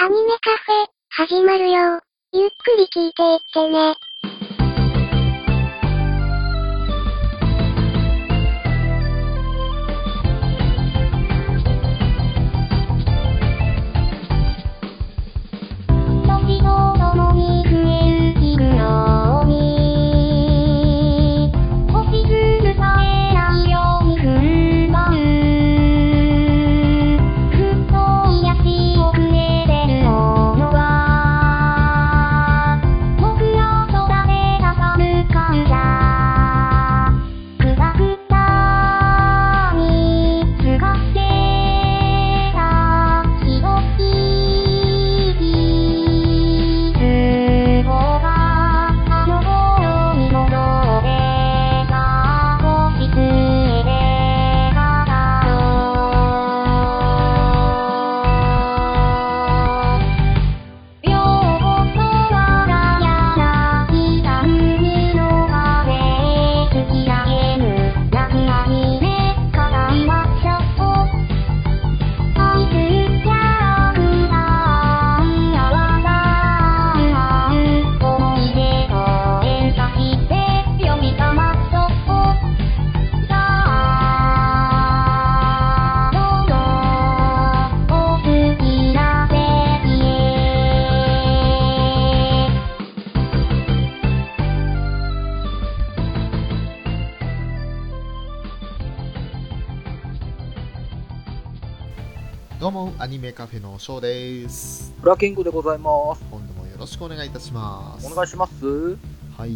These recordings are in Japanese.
アニメカフェ、始まるよ。ゆっくり聞いていってね。時とともに増える日のように星しずさえないように踏ん張るふっと癒し遅れてるものは僕ら空で挟む感謝くたくたにすがってたひどい傷をがあの頃に戻ってた星つえで語ろう両言は柳田海の風突き上げる泣き網で語りましょう愛するキャラクターやわらかな思い出を演歌して呼び覚まそうさあどうぞお好きな席へどうもアニメカフェのショーですブラキングでございます。今度もよろしくお願いいたしますお願いします。はい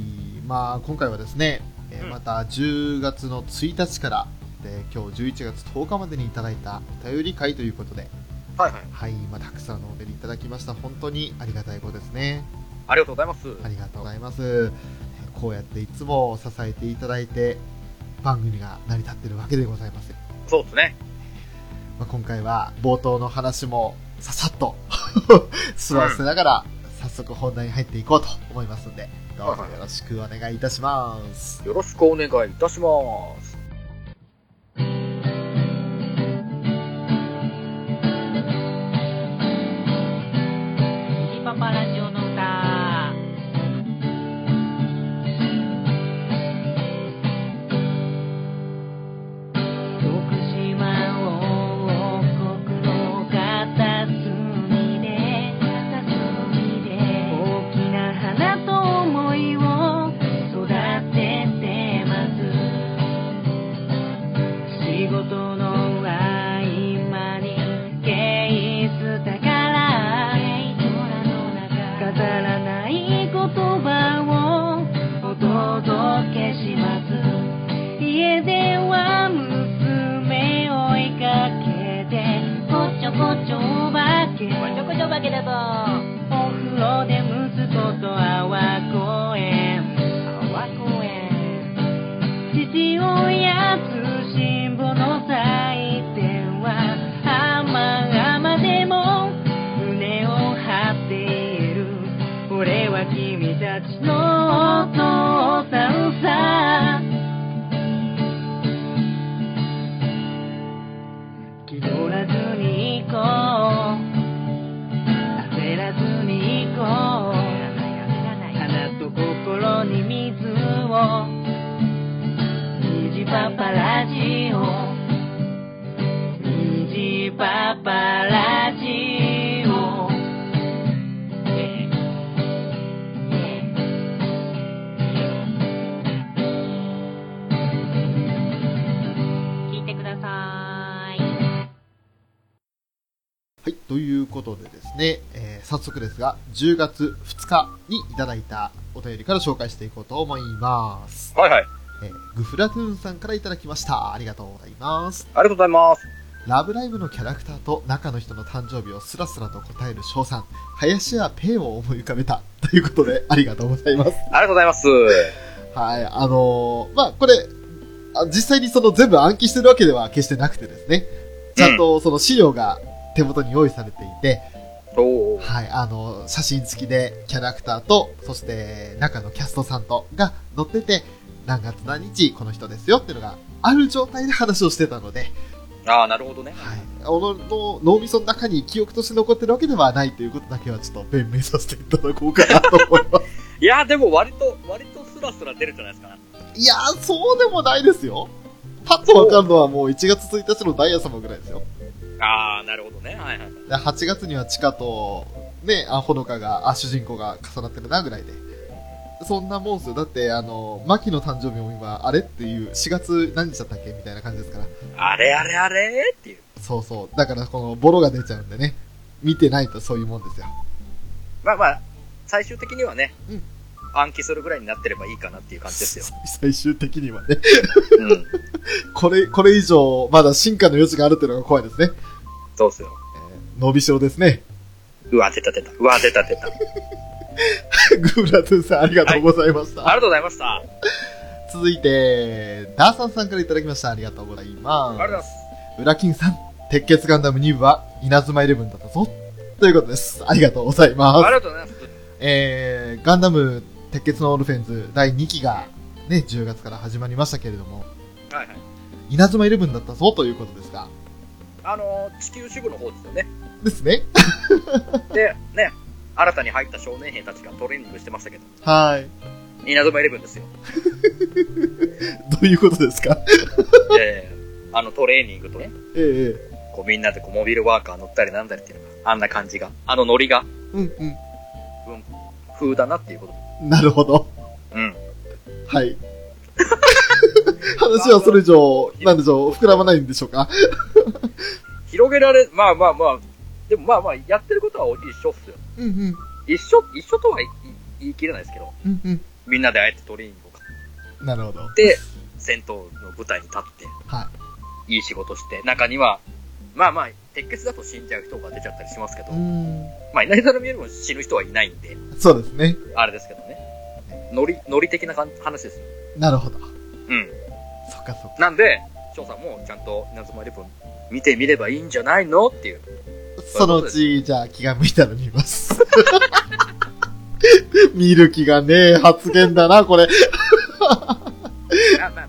まあ今回はですね、えーうんまた10月の1日からで今日11月10日までにいただいたお便り会ということではいはい。はい、まあ、たくさんのお便りいただきました本当にありがたいことですねありがとうございます。ありがとうございますこうやっていつも支えていただいて番組が成り立ってるわけでございます、そうですね。まあ、今回は冒頭の話もささっと 座らせながら早速本題に入っていこうと思いますんでどうぞよろしくお願いいたしますよろしくお願いいたします。ジパパラジオの歌。徳島王国の片隅で片隅で大きな花と思いを育ててます。仕事の合間にケースだから飾らない言葉をお届けします家では娘追いかけてこちょこちょお化けこちょこちょお化けだぞお風呂で息子と阿波公園阿波公園父親通信簿の採点は甘々でも胸を張って言える俺は君たちのお父さんさ気取らずに行こう焦らずに行こう花と心に水を虹パパラジオ虹パパラジオ聞いてくださいはいということでですね、えー早速ですが10月2日にいただいたお便りから紹介していこうと思います、はいはい。あえーグフラトゥーンさんからいただきましたありがとうございますりがとうございます。ラブライブのキャラクターと中の人の誕生日をスラスラと答える翔さん林家ペイを思い浮かべたということでありがとうございますありがとうございます。はい、あのーまあ、これ、あ実際にその全部暗記してるわけでは決してなくてですね、ちゃんとその資料が手元に用意されていて、おーはい、あのー写真付きでキャラクターと、そして中のキャストさんとが載ってて、何月何日この人ですよっていうのがある状態で話をしてたので、ああ、なるほどね。はい、おのの脳みその中に記憶として残ってるわけではないということだけはちょっと弁明させていただこうかなと思います。いやー、でも割と、割とスラスラ出るんじゃないですか。いやー、そうでもないですよ。パッとわかるのはもう1月1日のダイヤ様ぐらいですよ。ああ、なるほどね。はいはい。で8月にはチカと、ね、あ、ほのかが、あ、主人公が重なってるなぐらいで。そんなもんすよ。だって、あの、マキの誕生日も今、あれっていう、4月何日だったっけみたいな感じですから。あれあれあれっていう。そうそう。だから、この、ボロが出ちゃうんでね。見てないとそういうもんですよ。まあまあ、最終的にはね、うん暗記するぐらいになってればいいかなっていう感じですよ。 最終的にはね。うん。これ、これ以上、まだ進化の余地があるっていうのが怖いですね。そうっすよ。伸びしろですね。 うわ、出た出た。うわ、出た出た。ありグーラトゥーさん、ありがとうございました。がとうございました。あり続いて、ダーサンさんからいただきました。ありがとうございます。がとうございます。ウラキンさん、鉄血ガンダム2部は稲妻イレブンだったぞ。ということです。ありがとうございあます。りがとうございます。えー、ガンダム鉄血のオルフェンズ第2期がね、10月から始まりましたけれども、はいはい。稲妻イレブンだったぞということですが、あのー、地球支部の方ですよね。ですね。で、ね、新たに入った少年兵たちがトレーニングしてましたけど、はい。稲妻イレブンですよ。どういうことですかえー、あのトレーニングとね、えええこうみんなでこうモビルワーカー乗ったりなんだりっていうのが、あんな感じが、あのノリが、えうん風だなっていうこと。うん。なるほど。うん。 はい。話はそれ以上、なんでしょう、膨らまないんでしょうか。広げられ、まあまあまあ、でもまあまあ、やってることは一緒っすよ。うんうん。一緒、一緒とは言い言い切れないですけど、うんみんなであえてトレーニングを買うん。なるほど。って、戦闘の舞台に立っはて、いい仕事して、中には、まあまあ、鉄血だと死んじゃう人が出ちゃったりしますけどい。、ん。まあ、いないざる見えるも死ぬ人はいないんで、そうですね。あれですけどね。ノリ、ノリ的な感話ですよ。なるほど。うん。そっかそっか。なんで、翔さんもちゃんと稲妻イレブン見てみればいいんじゃないのっていう。そのうち、じゃあ気が向いたら見ます。 見る気がねえ発言だな、これ。あまあまあ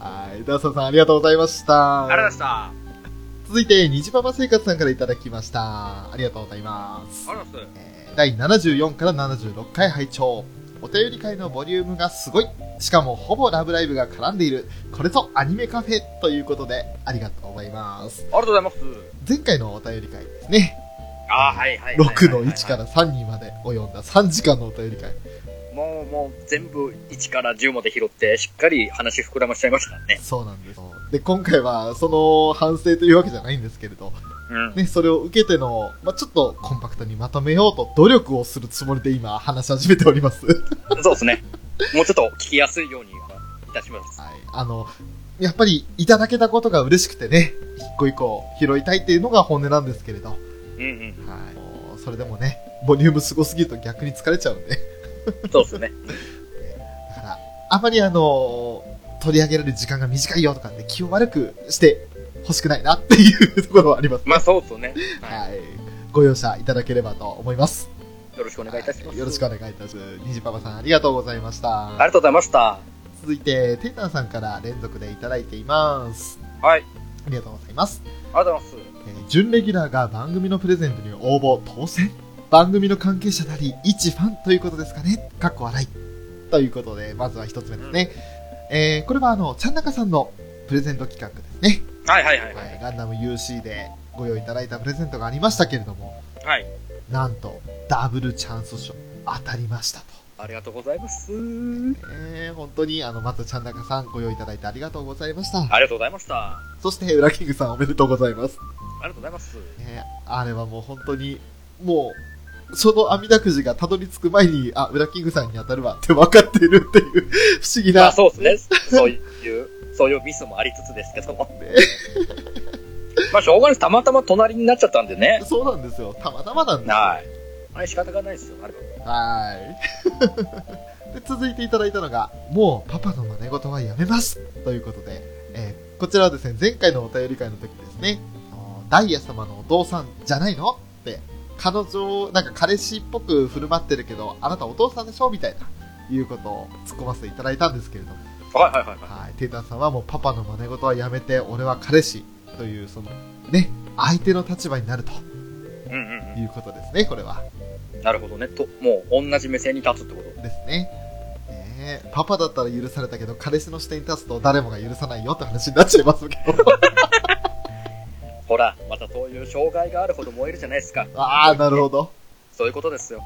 まはい。ダーサさんありがとうございました。あ。ありがとうございました。あ続いて、にじパパ生活さんからいただきました。ありがとうございます。りがとうございます。えー第74から76回拝聴お便り会のボリュームがすごいしかもほぼラブライブが絡んでいるこれぞアニメカフェということでありがとうございますありがとうございます。前回のお便り会ですねあーはいはいはいはいはい6の1から3にまで及んだ3時間のお便り会もうもう全部1から10まで拾ってしっかり話膨らましちゃいましたからね。そうなんですで今回はその反省というわけじゃないんですけれど、うん。ね、それを受けての、まあ、ちょっとコンパクトにまとめようと努力をするつもりで今話し始めておりますそうですね。もうちょっと聞きやすいようにいたします。はい。あの、やっぱりいただけたことが嬉しくてね、一個一個拾いたいっていうのが本音なんですけれど、はうんうん。いもう。それでもね、ボリュームすごすぎると逆に疲れちゃうんで、そうですね。だから、あまりあの、取り上げられる時間が短いよとかって気を悪くして欲しくないなっていうところはあります。まあそうですね。ははい。ご容赦いただければと思います。い。よろしくお願いいたします。よろしくお願いいたします。にじパパさんありがとうございました。ありがとうございました。続いて、テータンさんから連続でいただいています。はい。ありがとうございます。ありがとうございます。えー準レギュラーが番組のプレゼントに応募当選番組の関係者なり一ファンということですかねかっこ笑いということでまずは一つ目ですね、えーこれはあのちゃんなかさんのプレゼント企画ですね、はいはいはいははいい。ガンダム UC でご用意いただいたプレゼントがありましたけれどもはい。なんとダブルチャンス賞当たりましたと、ありがとうございます。えー本当にあのまずちゃんなかさんご用意いただいてありがとうございましたありがとうございました。あそしてウラキングさんおめでとうございますりがとうございます。ね、あれはもう本当に、もう、その網だくじがたどり着く前に、あ、ウラキングさんに当たるわって分かっているっていう不思議まあな、そうですね。そういう、そういうミスもありつつですけども。まあしょうがないです。たまたま隣になっちゃったんでね。そうなんですよ。たまたまなんですよ。はい。あれ仕方がないですよ。あれはーい。 で、続いていただいたのが、もうパパの真似事はやめますということで、えーこちらはですね、前回のお便り会の時ですね、あのダイヤ様のお父さんじゃないのって、彼女を、なんか彼氏っぽく振る舞ってるけど、あなたお父さんでしょみたいな、いうことを突っ込ませていただいたんですけれどもはいはいはい。はい、テータンさんはもうパパの真似事はやめて、俺は彼氏、という、その、ね、相手の立場になるとうんうんいうことですね、これは。うん。なるほどね。と、もう同じ目線に立つってこと。ですね。ねえパパだったら許されたけど、彼氏の視点に立つと誰もが許さないよって話になっちゃいますけど。 ほら、またそういう障害があるほど燃えるじゃないですか。ああ、なるほど。そういうことですよ。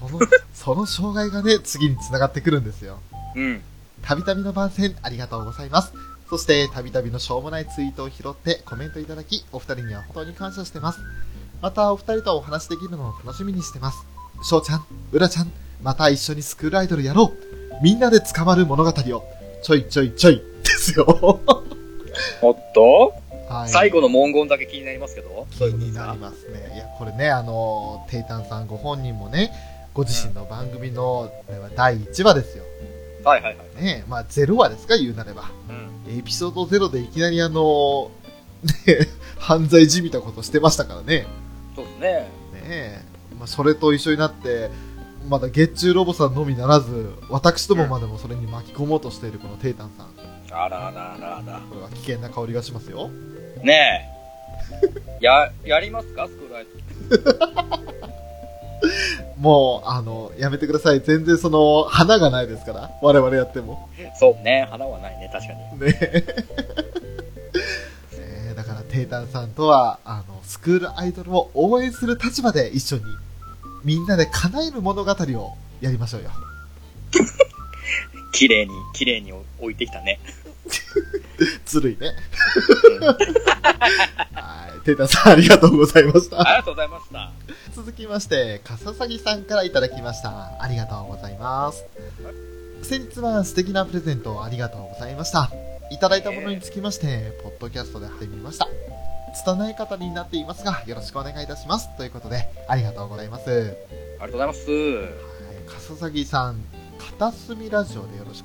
その、その障害がね、次に繋がってくるんですよ。うん。たびたびの番宣ありがとうございます。そして、たびたびのしょうもないツイートを拾ってコメントいただき、お二人には本当に感謝してます。また、お二人とお話しできるのを楽しみにしてます。しょうちゃん、うらちゃん、また一緒にスクールアイドルやろう。みんなで捕まる物語を、ちょいちょいちょい、ですよ。おっと、はい最後の文言だけ気になりますけど。気になりますね。いや、これね、あの、テイタンさんご本人もね、ご自身の番組の、これは第1話ですよ。はいはいはい。ねまあ、0話ですか、言うなれば。うん。エピソード0でいきなりあの、ね、 犯罪じみたことしてましたからね。そうですね。ねまあ、それと一緒になって、まだ月中ロボさんのみならず、私どもまでもそれに巻き込もうとしているこのテイタンさん。こあらあらあらあら。れは危険な香りがしますよ。ねえ。や、やりますかスクールアイドル。もう、あの、やめてください。全然その、花がないですから。我々やっても。そうね。花はないね。確かに。ね えねえだから、テイタンさんとは、あの、スクールアイドルを応援する立場で一緒に、みんなで叶える物語をやりましょうよ。綺麗に、綺麗に置いてきたね。ずるいね。うんありはい。テイタンさん、ありがとうございました。がとうございました。続きまして、かささぎさんからいただきました。ありがとうございます。先日は素敵なプレゼントをありがとうございました。いただいたものにつきまして、ポッドキャストで始めました。拙い方になっていますが、よろしくお願いいたします。ということで、ありがとうございます。はい、ありがとうございます。う笠崎さん、片隅ラジオでよろし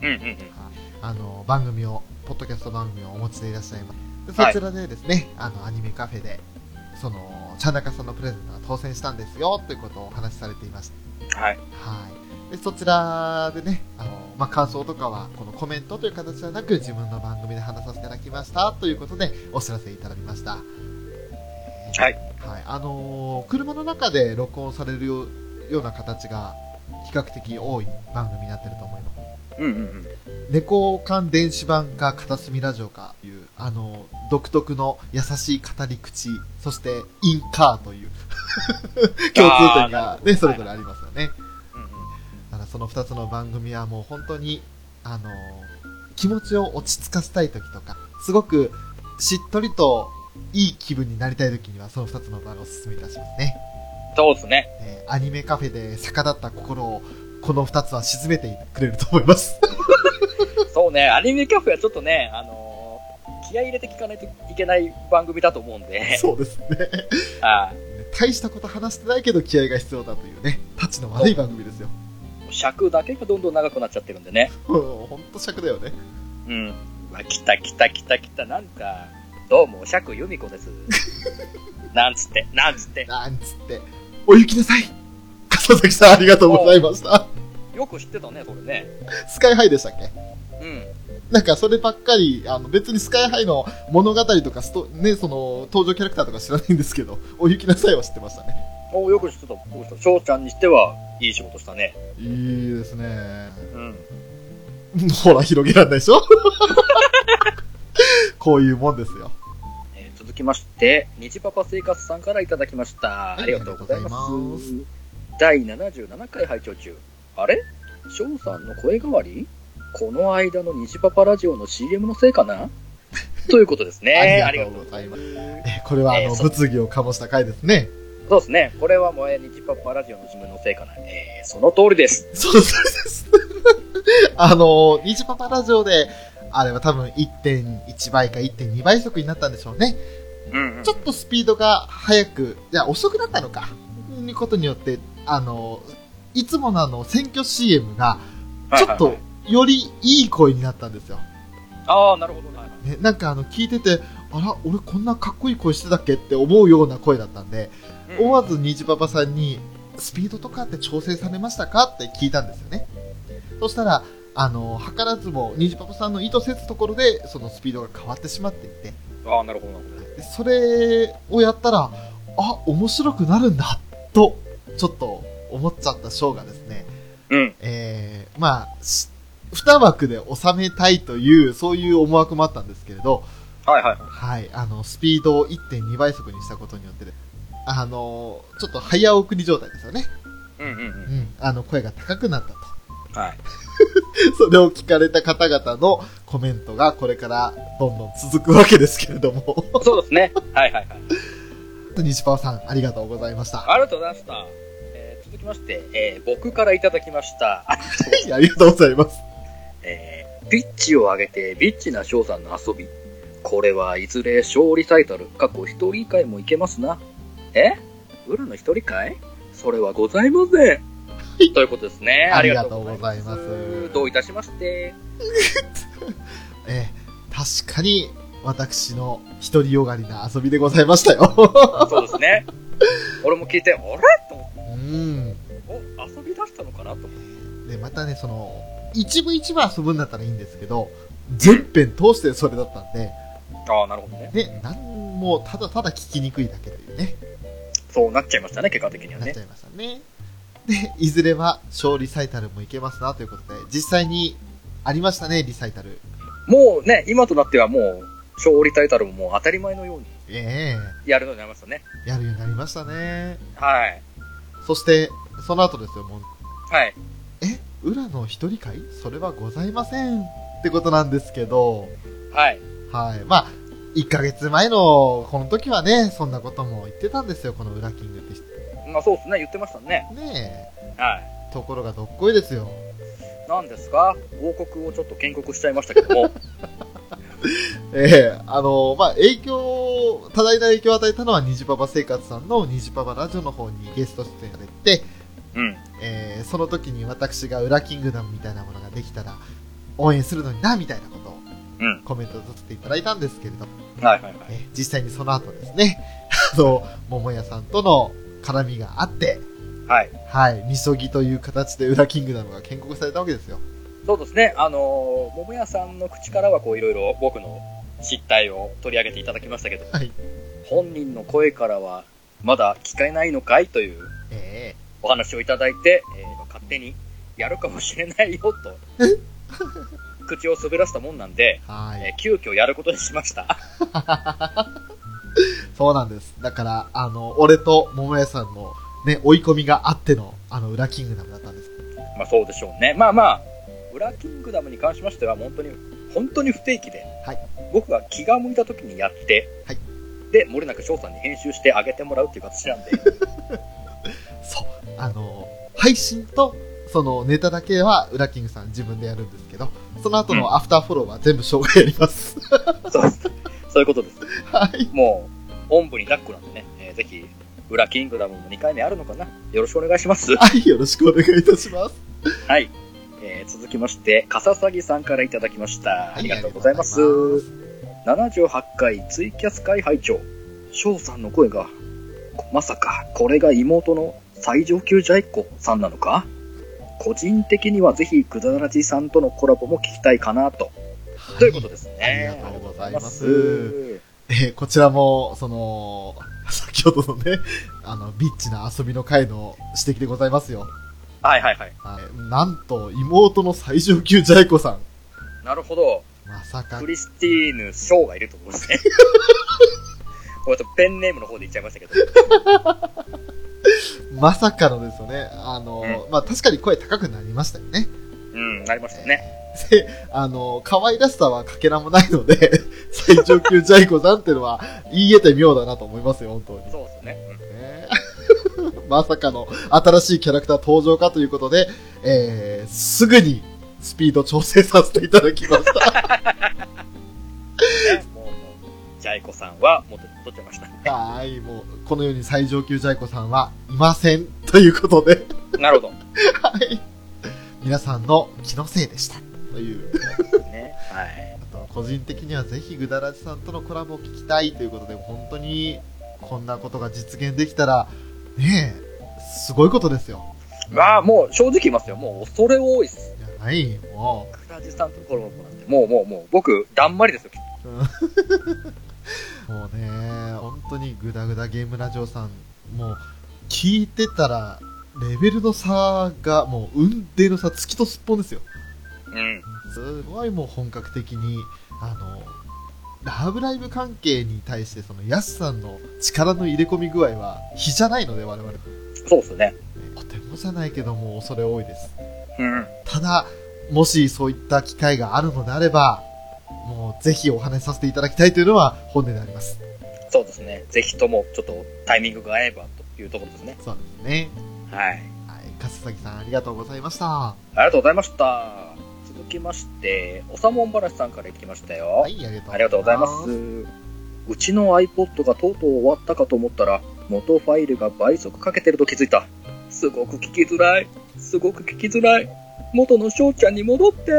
く。んうんうん。あの、番組を、ポッドキャスト番組をお持ちでいらっしゃいます。ではそいちらでですね、あの、アニメカフェで、その、チャナカさんのプレゼントが当選したんですよ、ということをお話しされていました。ははい。い。で、そちらでね、あの、まあ、感想とかは、このコメントという形ではなく、自分の番組で話させていただきました、ということで、お知らせいただきました。。はいはい。あのー車の中で録音されるよような形が、比較的多い番組になってると思います。うんうんうん。猫缶電子版か片隅ラジオかという、あの、独特の優しい語り口、そしてインカーという 共通点があーなるほね、どそれぞれありますよね。うんうんだからその2つの番組はもう本当に、あの、気持ちを落ち着かせたい時とか、すごくしっとりといい気分になりたい時にはその2つの番組をおすすめいたしますね。そうですね。えーアニメカフェで逆立った心をこの2つは沈めてくれると思います。そうね。アニメキャフェはちょっとね、あのー気合い入れて聞かないといけない番組だと思うん で。そうですね。はい。大したこと話してないけど気合が必要だというね、タッチの悪い番組ですよ。尺だけがどんどん長くなっちゃってるんでね。ほんと尺だよね。うん。うわ、来た来た来た来た。なんか、どうも、釈由美子 です。なんつって、なんつって。なんつって。お行きなさい笠崎さんありがとうございました。よく知ってたね、それね。スカイハイでしたっけうん。なんかそればっかり、あの別にスカイハイの物語とかスト、ね、その登場キャラクターとか知らないんですけど、お行きなさいは知ってましたね。およく知ってた。よく知ってた。翔ちゃんにしては、いい仕事したね。いいですね。うん。ほら、広げられないでし ょこういうもんですよ。えー続きまして、虹パパ生活さんからいただきました。いありがとうございまありがとうござす。第77回拝聴中。あれ翔さんの声変わりこの間の虹パパラジオの CM のせいか なということですね。ありがとうございます。います。えこれはあの、えーそう物議を醸した回ですね。そうですね。これはもえ日パパラジオの自分のせいかな。えー、その通りです。そうです。 あの、ニジパパラジオで、あれは多分1.1倍か1.2倍速になったんでしょうね。うん、ちょっとスピードが速く、いや、遅くなったのか。いうことによって、あの、いつものあの、選挙 CM が、ちょっと、よりいい声になったんですよ。ああ、なるほど。はいはいね、なんかあの、聞いてて、あら、俺こんなかっこいい声してたっけって思うような声だったんで、うん思わず虹パパさんに、スピードとかって調整されましたかって聞いたんですよね。そしたら、あの、図らずも、ニジパパさんの意図せずところで、そのスピードが変わってしまっていて、ああ、なるほど、なるほど。でそれをやったら、あ、面白くなるんだ、と、ちょっと思っちゃったショーがですね、うん。えー、まあ、し二枠で収めたいという、そういう思惑もあったんですけれど、はいはい。はい、あの、スピードを1.2倍速にしたことによって、あの、ちょっと早送り状態ですよね。うんうんう。うんん、あの、声が高くなったと。 はい。それを聞かれた方々のコメントがこれからどんどん続くわけですけれども。 そうですね。はいはいはい。西パワさん、ありがとうございました。ありがとうございました。えー続きまして、えー僕からいただきました。ありがとうございます。えーピッチを上げてビッチな翔さんの遊び。これはいずれ小リサイタル、過去一人会もいけますな。え裏の一人会それはございません。ということですね。ありがとうございますありがとうございますどういたしまして。えー確かに私の独りよがりな遊びでございましたよ。そうですね。 俺も聞いて、あれと思ってうん。お、遊び出したのかなと思って。で、またね、その、一部一部遊ぶんだったらいいんですけど、全編通してそれだったんで、ああ、なるほどね。ね、なんもただただ聞きにくいだけというね。そうなっちゃいましたね、結果的にはなっねちゃ。いましたね。で、いずれは、小リサイタルもいけますなということで、実際にありましたね、リサイタル。もうね、今となってはもう、勝利タイトルももう当たり前のようにえやるようになりましたね。えやるようになりましたね。はい。そして、その後ですよ、もう、はい。え、裏の一人会それはございません。ってことなんですけど、はい。はい。まあ、1ヶ月前の、この時はね、そんなことも言ってたんですよ、この裏キングって人。まあそうですね、言ってましたね。ねえ。はい。ところがどっこいですよ。なんですか王国をちょっと建国しちゃいましたけど も。ええあの、まあ、影響、多大な影響を与えたのは、ニジパパ生活さんのニジパパラジオの方にゲスト出演が出て、うん。えーその時に私が裏キングダムみたいなものができたら、応援するのにな、みたいなことをうん。コメントさせていただいたんですけれども、はいはいはい。え実際にその後ですね、 あの、桃屋さんとの絡みがあって、はい。はい、みそぎという形で裏キングダムが建国されたわけですよ。そうですね、あのー、桃屋さんの口からはこういろいろ僕の失態を取り上げていただきましたけど、はい。本人の声からはまだ聞かれないのかいというえお話をいただいて、えー勝手にやるかもしれないよと、 口を滑らしたもんなんで、えはい。えー急遽やることにしました。そうなんです。だから、あの、俺と桃屋さんのね、追い込みがあっての、あの、裏キングダムだったんです。まあそうでしょうね。まあまあ、ウラキングダムに関しましては本当に、本当に不定期で、はい僕が気が向いた時にやって、はいで、漏れなく翔さんに編集してあげてもらうっていう 形なんで、そう。あの、配信と、そのネタだけは、裏キングさん自分でやるんですけど、その後うのアフターフォローは全部紹介やります。 そうそういうことです。はい。もう、おんぶに抱っこなんでね、えーぜひ、ウラキングダムも2回目あるのかなよろしくお願いします。はい、よろしくお願いいたします。はい。えー続きまして、笠さぎさんからいただきました。ありがとうございます。78回ツイキャス会拝聴翔さんの声が、まさかこれが妹の最上級ジャイコさんなのか個人的にはぜひくだらじさんとのコラボも聞きたいかなと。はということですね。ありがとうございますありがとうございます。えーこちらも、その、 先ほどのね、あの、ビッチな遊びの回の指摘でございますよ。はいはいはい。はい。なんと、妹の最上級ジャイコさん。なるほど。まさかクリスティーヌ・ショーがいると思うんですね。これとペンネームの方で言っちゃいましたけど。まさかのですよね。あの、まあ、確かに声高くなりましたよね。 うん、なりましたね。で、あの、可愛らしさはかけらもないので、 最上級ジャイコさんっていうのは言い得て妙だなと思いますよ、本当に。そうですね。うんね まさかの新しいキャラクター登場かということで、えー、すぐにスピード調整させていただきました。 ねもう、もうジャイコさんはもっと取っちゃいました。はい、もう、このように最上級ジャイコさんはいませんということで、なるほはい。皆さんの気のせいでした。という。ど。ね。はい。あと個人的にはぜひぐだらじさんとのコラボを聞きたいということで本当にこんなことが実現できたらねえすごいことですよまあ、もう正直言いますよ。もう恐れ多いっす。いやないも倉地さんとコラボなんて、もうもうもう、僕、だんまりですよ。う。うんもうね、本当にグダグダゲームラジオさん、もう、聞いてたら、レベルの差が、もう、運転の差、月とすっぽんですよ。うん。すごいもう本格的に、あの、ラブライブ関係に対して、その、ヤスさんの力の入れ込み具合は、比じゃないので、我々。そうですね。とてもじゃないけども、恐れ多いです。うん。ただ、もしそういった機会があるのであれば、もうぜひお話しさせていただきたいというのは本音であります。そうですね。ぜひとも、ちょっとタイミングが合えばというところですね。そうですね。はい。はい、笠崎さんありがとうございました。ありがとうございました。続きまして、おさもんばらしさんからいきましたよ。はい、ありがとうありがとうございます。うちの iPod がとうとう終わったかと思ったら、元ファイルが倍速かけてると気づいた。すごく聞きづらい。すごく聞きづらい。元の翔ちゃんに戻って。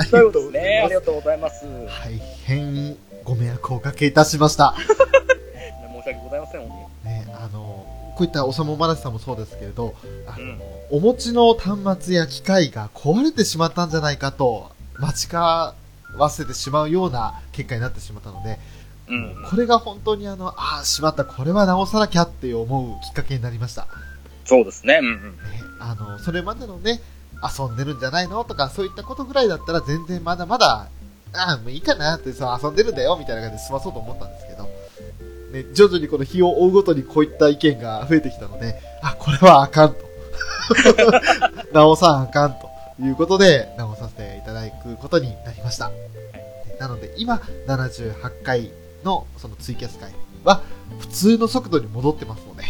ありとがいうとことうですごね。ざあいりまがとうございます。申す。大変ご迷惑をおかけいたしました。し訳ございません、本ね、あの、こういったおさもばらしさんもそうですけれど、あ当の、に。うん。お持ちの端末や機械が壊れてしまったんじゃないかと、待ちかわせてしまうような結果になってしまったので、うん。これが本当にあの、ああ、しまった、これは直さなきゃって思うきっかけになりました。そうですね。うんうん。ね、あの、それまでのね、遊んでるんじゃないのとか、そういったことぐらいだったら全然まだまだ、ああ、もういいかなって、そう遊んでるんだよ、みたいな感じで済まそうと思ったんですけど、ね、徐々にこの日を追うごとにこういった意見が増えてきたので、あ、これはあかんと。 直さんあかんということで、直させていただくことになりました。なので、今、78回のそのツイキャス回は、普通の速度に戻ってますので、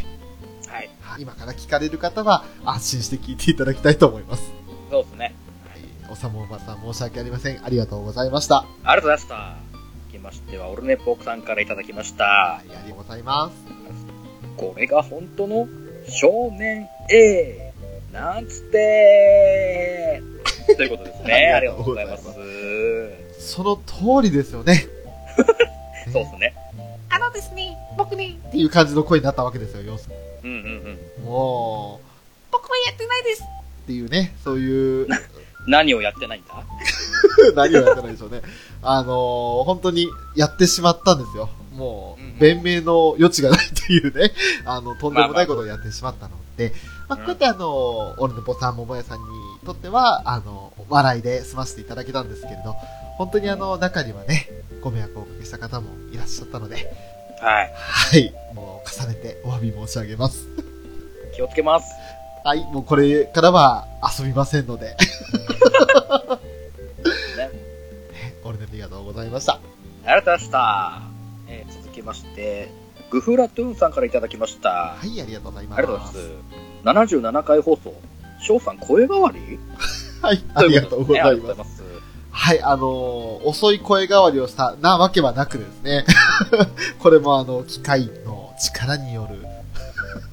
はい。はい今から聞かれる方は安心して聞いていただきたいと思います。そうですね。はい、おさもばさん申し訳ありません。ありがとうございました。ありがとうございました。続きましては、オルネポークさんからいただきましたは。い、ありがとうございます。これが本当の少年 A なんつってということですね。 ありがとうございます。あそうその通りですよ ね。ですね。あのですね、僕ね、っていう感じの声になったわけですよ、要するうんうんうん。にも僕はやってないです。う、っていうね、そういう、何をやってないんだ 何をやってないでしょうね。あのー本当にやってしまったんですよ。もうんうう、ん弁明の余地がないというね、あの、とんでもないことをやってしまったので、まあ、こうやってあのー、俺のボさん、ももやさんにとっては、あの、笑いで済ませていただけたんですけれど、本当にあの、中にはね、ご迷惑をおかけした方もいらっしゃったので、はい。はい、もう重ねてお詫び申し上げます。気をつけます。はい、もうこれからは遊びませんので。 ね俺のありがとうございました。ありがとうございました。えー続きまして、グフラトゥーンさんからいただきました。あはい、ありがとうございります。がとうございます。77回放送、翔さん声変わりはい、ありがとうござといいうことま。ですすねはい、あのー遅い声変わりをしたなわけはなくですね、 これもあの、機械の力によ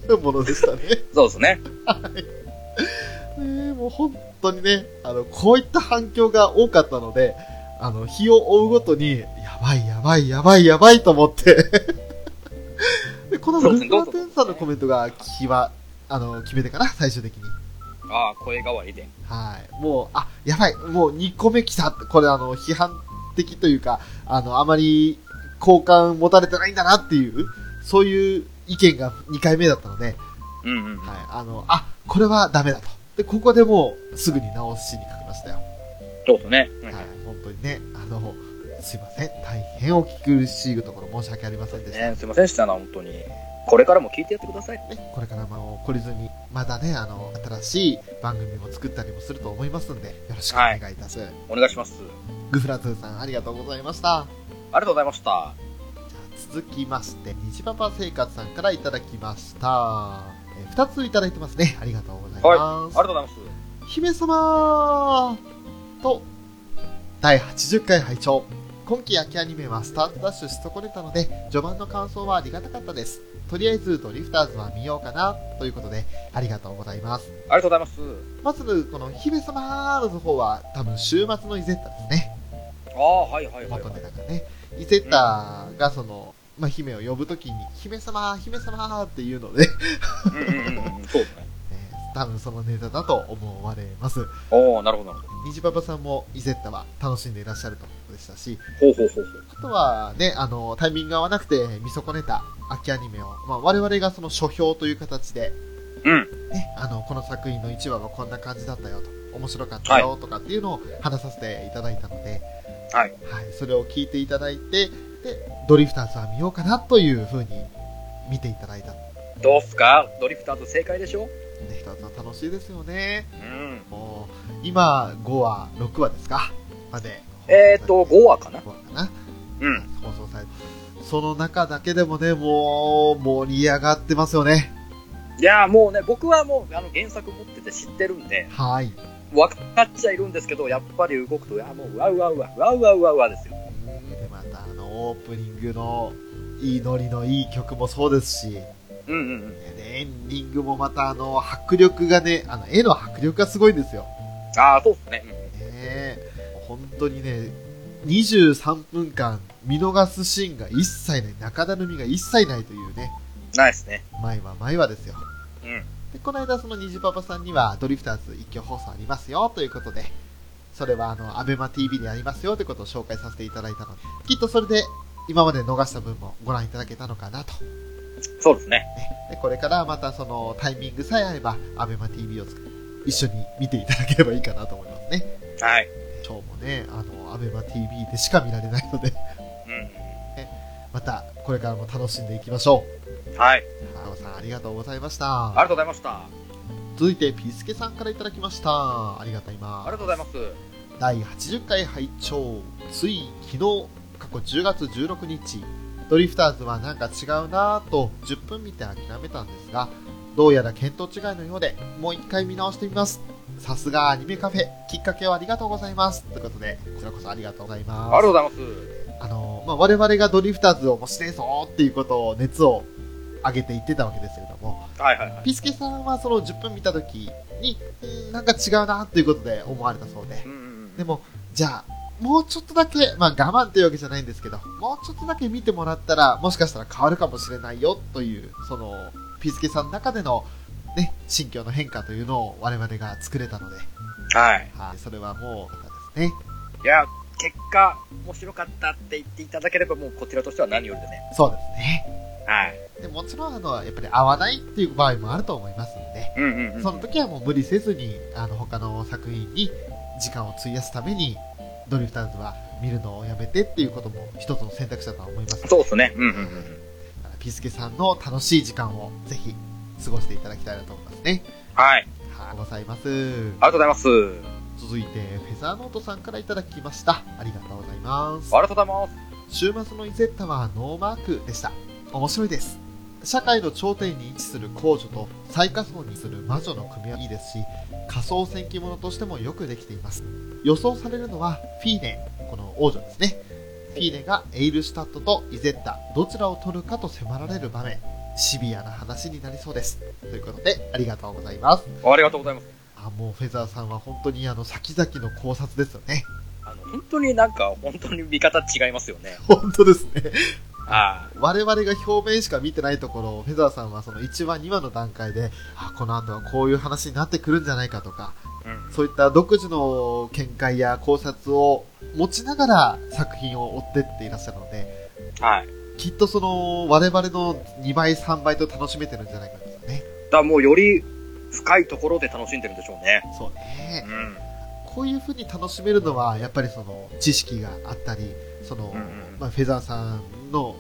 る ものでしたね。ありがとうございますそうですね。ねえもう本当にね、あの、こういった反響が多かったので、あの、日を追うごとに、やばいやばいやばいやばいと思って、 でこのそうルでーすクねラテンさんのコメントが決ま、あの、決めてかな、最終的に。ああ、声変わりで。はい。もう、あ、やばい、もう2個目来たって、これあの、批判的というか、あの、あまり好感持たれてないんだなっていう、そういう意見が2回目だったので、うんうんうん。はい、あの、あ、これはダメだと。で、ここでもう、すぐに直しにかけましたよ。そうですね。うんはい、本当にね、あの、すいません、大変お聞き苦しいところ申し訳ありませんでした。ね、すいませんでしたな、本当に。これからも聞いてやってください。ね、これからも懲りずに、まだね、あの、新しい番組も作ったりもすると思いますんで、よろしくお願いいたします。お願いします。グフラトゥーさん、ありがとうございました。ありがとうございました。じゃあ続きまして、虹パパ生活さんからいただきました。え2ついただいてますね。ありがとうございはまい。ありす。がとうございます。姫様と、第80回拝聴今期秋アニメはスタートダッシュし損ねたので、序盤の感想はありがたかったです。とりあえずドリフターズは見ようかな、ということで、ありがとうございます。ありがとうございます。まず、この姫様の方は、多分週末のイゼッタですね。ああ、はいはいはまい、とはめい。だからね。イゼッタがその、まあ、姫を呼ぶときに、姫様、姫様っていうので、 うんうんうんうん。そうですね。ね多分そのネタだと思われます。おー、なるほど、なるほ虹パパさんもイゼッタは楽しんでいらっしゃるということでしたし、ど。ほうほうほうほう。あとはね、あの、タイミングが合わなくて見損ねた秋アニメを、まあ、我々がその書評という形で、うん。ね、あの、この作品の1話はこんな感じだったよと、面白かったよとかっていうのを話させていただいたので、はい。はい、それを聞いていただいて、で、ドリフターズは見ようかなというふうに見ていただいた。ね、どうっすかドリフターズ正解でしょドリフターズは楽しいですよね。うん。もう、今、5話、6話ですかまで。えーと、5話かな5話かな。うん。放送されその中だけでもね、もう、盛り上がってますよね。いやーもうね、僕はもう、あの、原作持ってて知ってるんで、はい。分かっちゃいるんですけど、やっぱり動くと、いやもう、うわうわうわ、うわうわうわうわですよ。で、また、あの、オープニングの、いいノリのいい曲もそうですし、ねうんうんうん。エンディングもまた、あの、迫力がね、あの、絵の迫力がすごいんですよ。ああ、そうっすね。うんねえ本当にね、23分間、見逃すシーンが一切ない、中だるみが一切ないというね、ないですね。前は前はですよ。うん。で、この間、その虹パパさんには、ドリフターズ一挙放送ありますよ、ということで、それは、あの、アベマ TV でありますよ、ということを紹介させていただいたので、きっとそれで、今まで逃した分もご覧いただけたのかなと。そうですね。で、これからはまた、その、タイミングさえ合えば、アベマ TV を使って一緒に見ていただければいいかなと思いますね。はい。ショーもね、あの、アベマ TV でしか見られないので、 うまた、これからも楽しんでいきましょん。はい。う。パパさん、ありがとうございましありがた。とうございました。あ続いて、ピースケさんからいただきました。ありがたいますりがとうございます。第80回拝聴つい昨日過去10月16日ドリフターズはなんか違うなぁと10分見て諦めたんですがどうやら見当違いのようでもう一回見直してみますさすがアニメカフェきっかけをありがとうございますということでこちらこそありがとうございあまりすがとうございます。あの、まあ、我々がドリフターズを面白いぞっていうことを熱を上げて言ってたわけですけれどもはいはいはい。ピスケさんはその10分見た時にうんなんか違うなということで思われたそうでうんうんでも、じゃあ、もうちょっとだけ、まあ我慢というわけじゃないんですけど、もうちょっとだけ見てもらったら、もしかしたら変わるかもしれないよという、その、ピースケさんの中での、ね、心境の変化というのを我々が作れたので、うん。はい。はい、それはもう、ですね。いや、結果、面白かったって言っていただければ、もうこちらとしては何よりでね。そうですね。はい。でもちろん、あの、やっぱり合わないっていう場合もあると思いますので、うんうんうん。その時はもう無理せずに、あの、他の作品に時間を費やすために、ドリフターズは見るのをやめてっていうことも一つの選択肢だとは思いますのでそうですね。うんうんうん。ピースケさんの楽しい時間をぜひ過ごしていただきたいなと思いますね。はい。はい、ございます。ありがとうございます。続いて、フェザーノートさんからいただきました。ありがとうございますあ。りがとうございます。週末のイゼッタはノーマークでした。面白いです。社会の頂点に位置する公女と最下層にする魔女の組み合わせいいですし、仮想戦記物としてもよくできています。予想されるのはフィーネ、この王女ですね。フィーネがエイルシュタットとイゼッタ、どちらを取るかと迫られる場面。シビアな話になりそうです。ということで、ありがとうございます。ありがとうございます。あ、もうフェザーさんは本当にあの、先々の考察ですよね。あの、本当になんか、本当に見方違いますよね。本当ですね。あ我々が表面しか見てないところをフェザーさんはその1話2話の段階であこの後はこういう話になってくるんじゃないかとかあ。うん。そういった独自の見解や考察を持ちながら作品を追ってっていらっしゃるのではい。きっとその我々の2倍3倍と楽しめてるんじゃないかとかねだからもう、より深いところで楽しんでるんでしょうね。そううねん。こういう風に楽しめるのはやっぱりその知識があったりその、うんうんまあ、フェザーさんの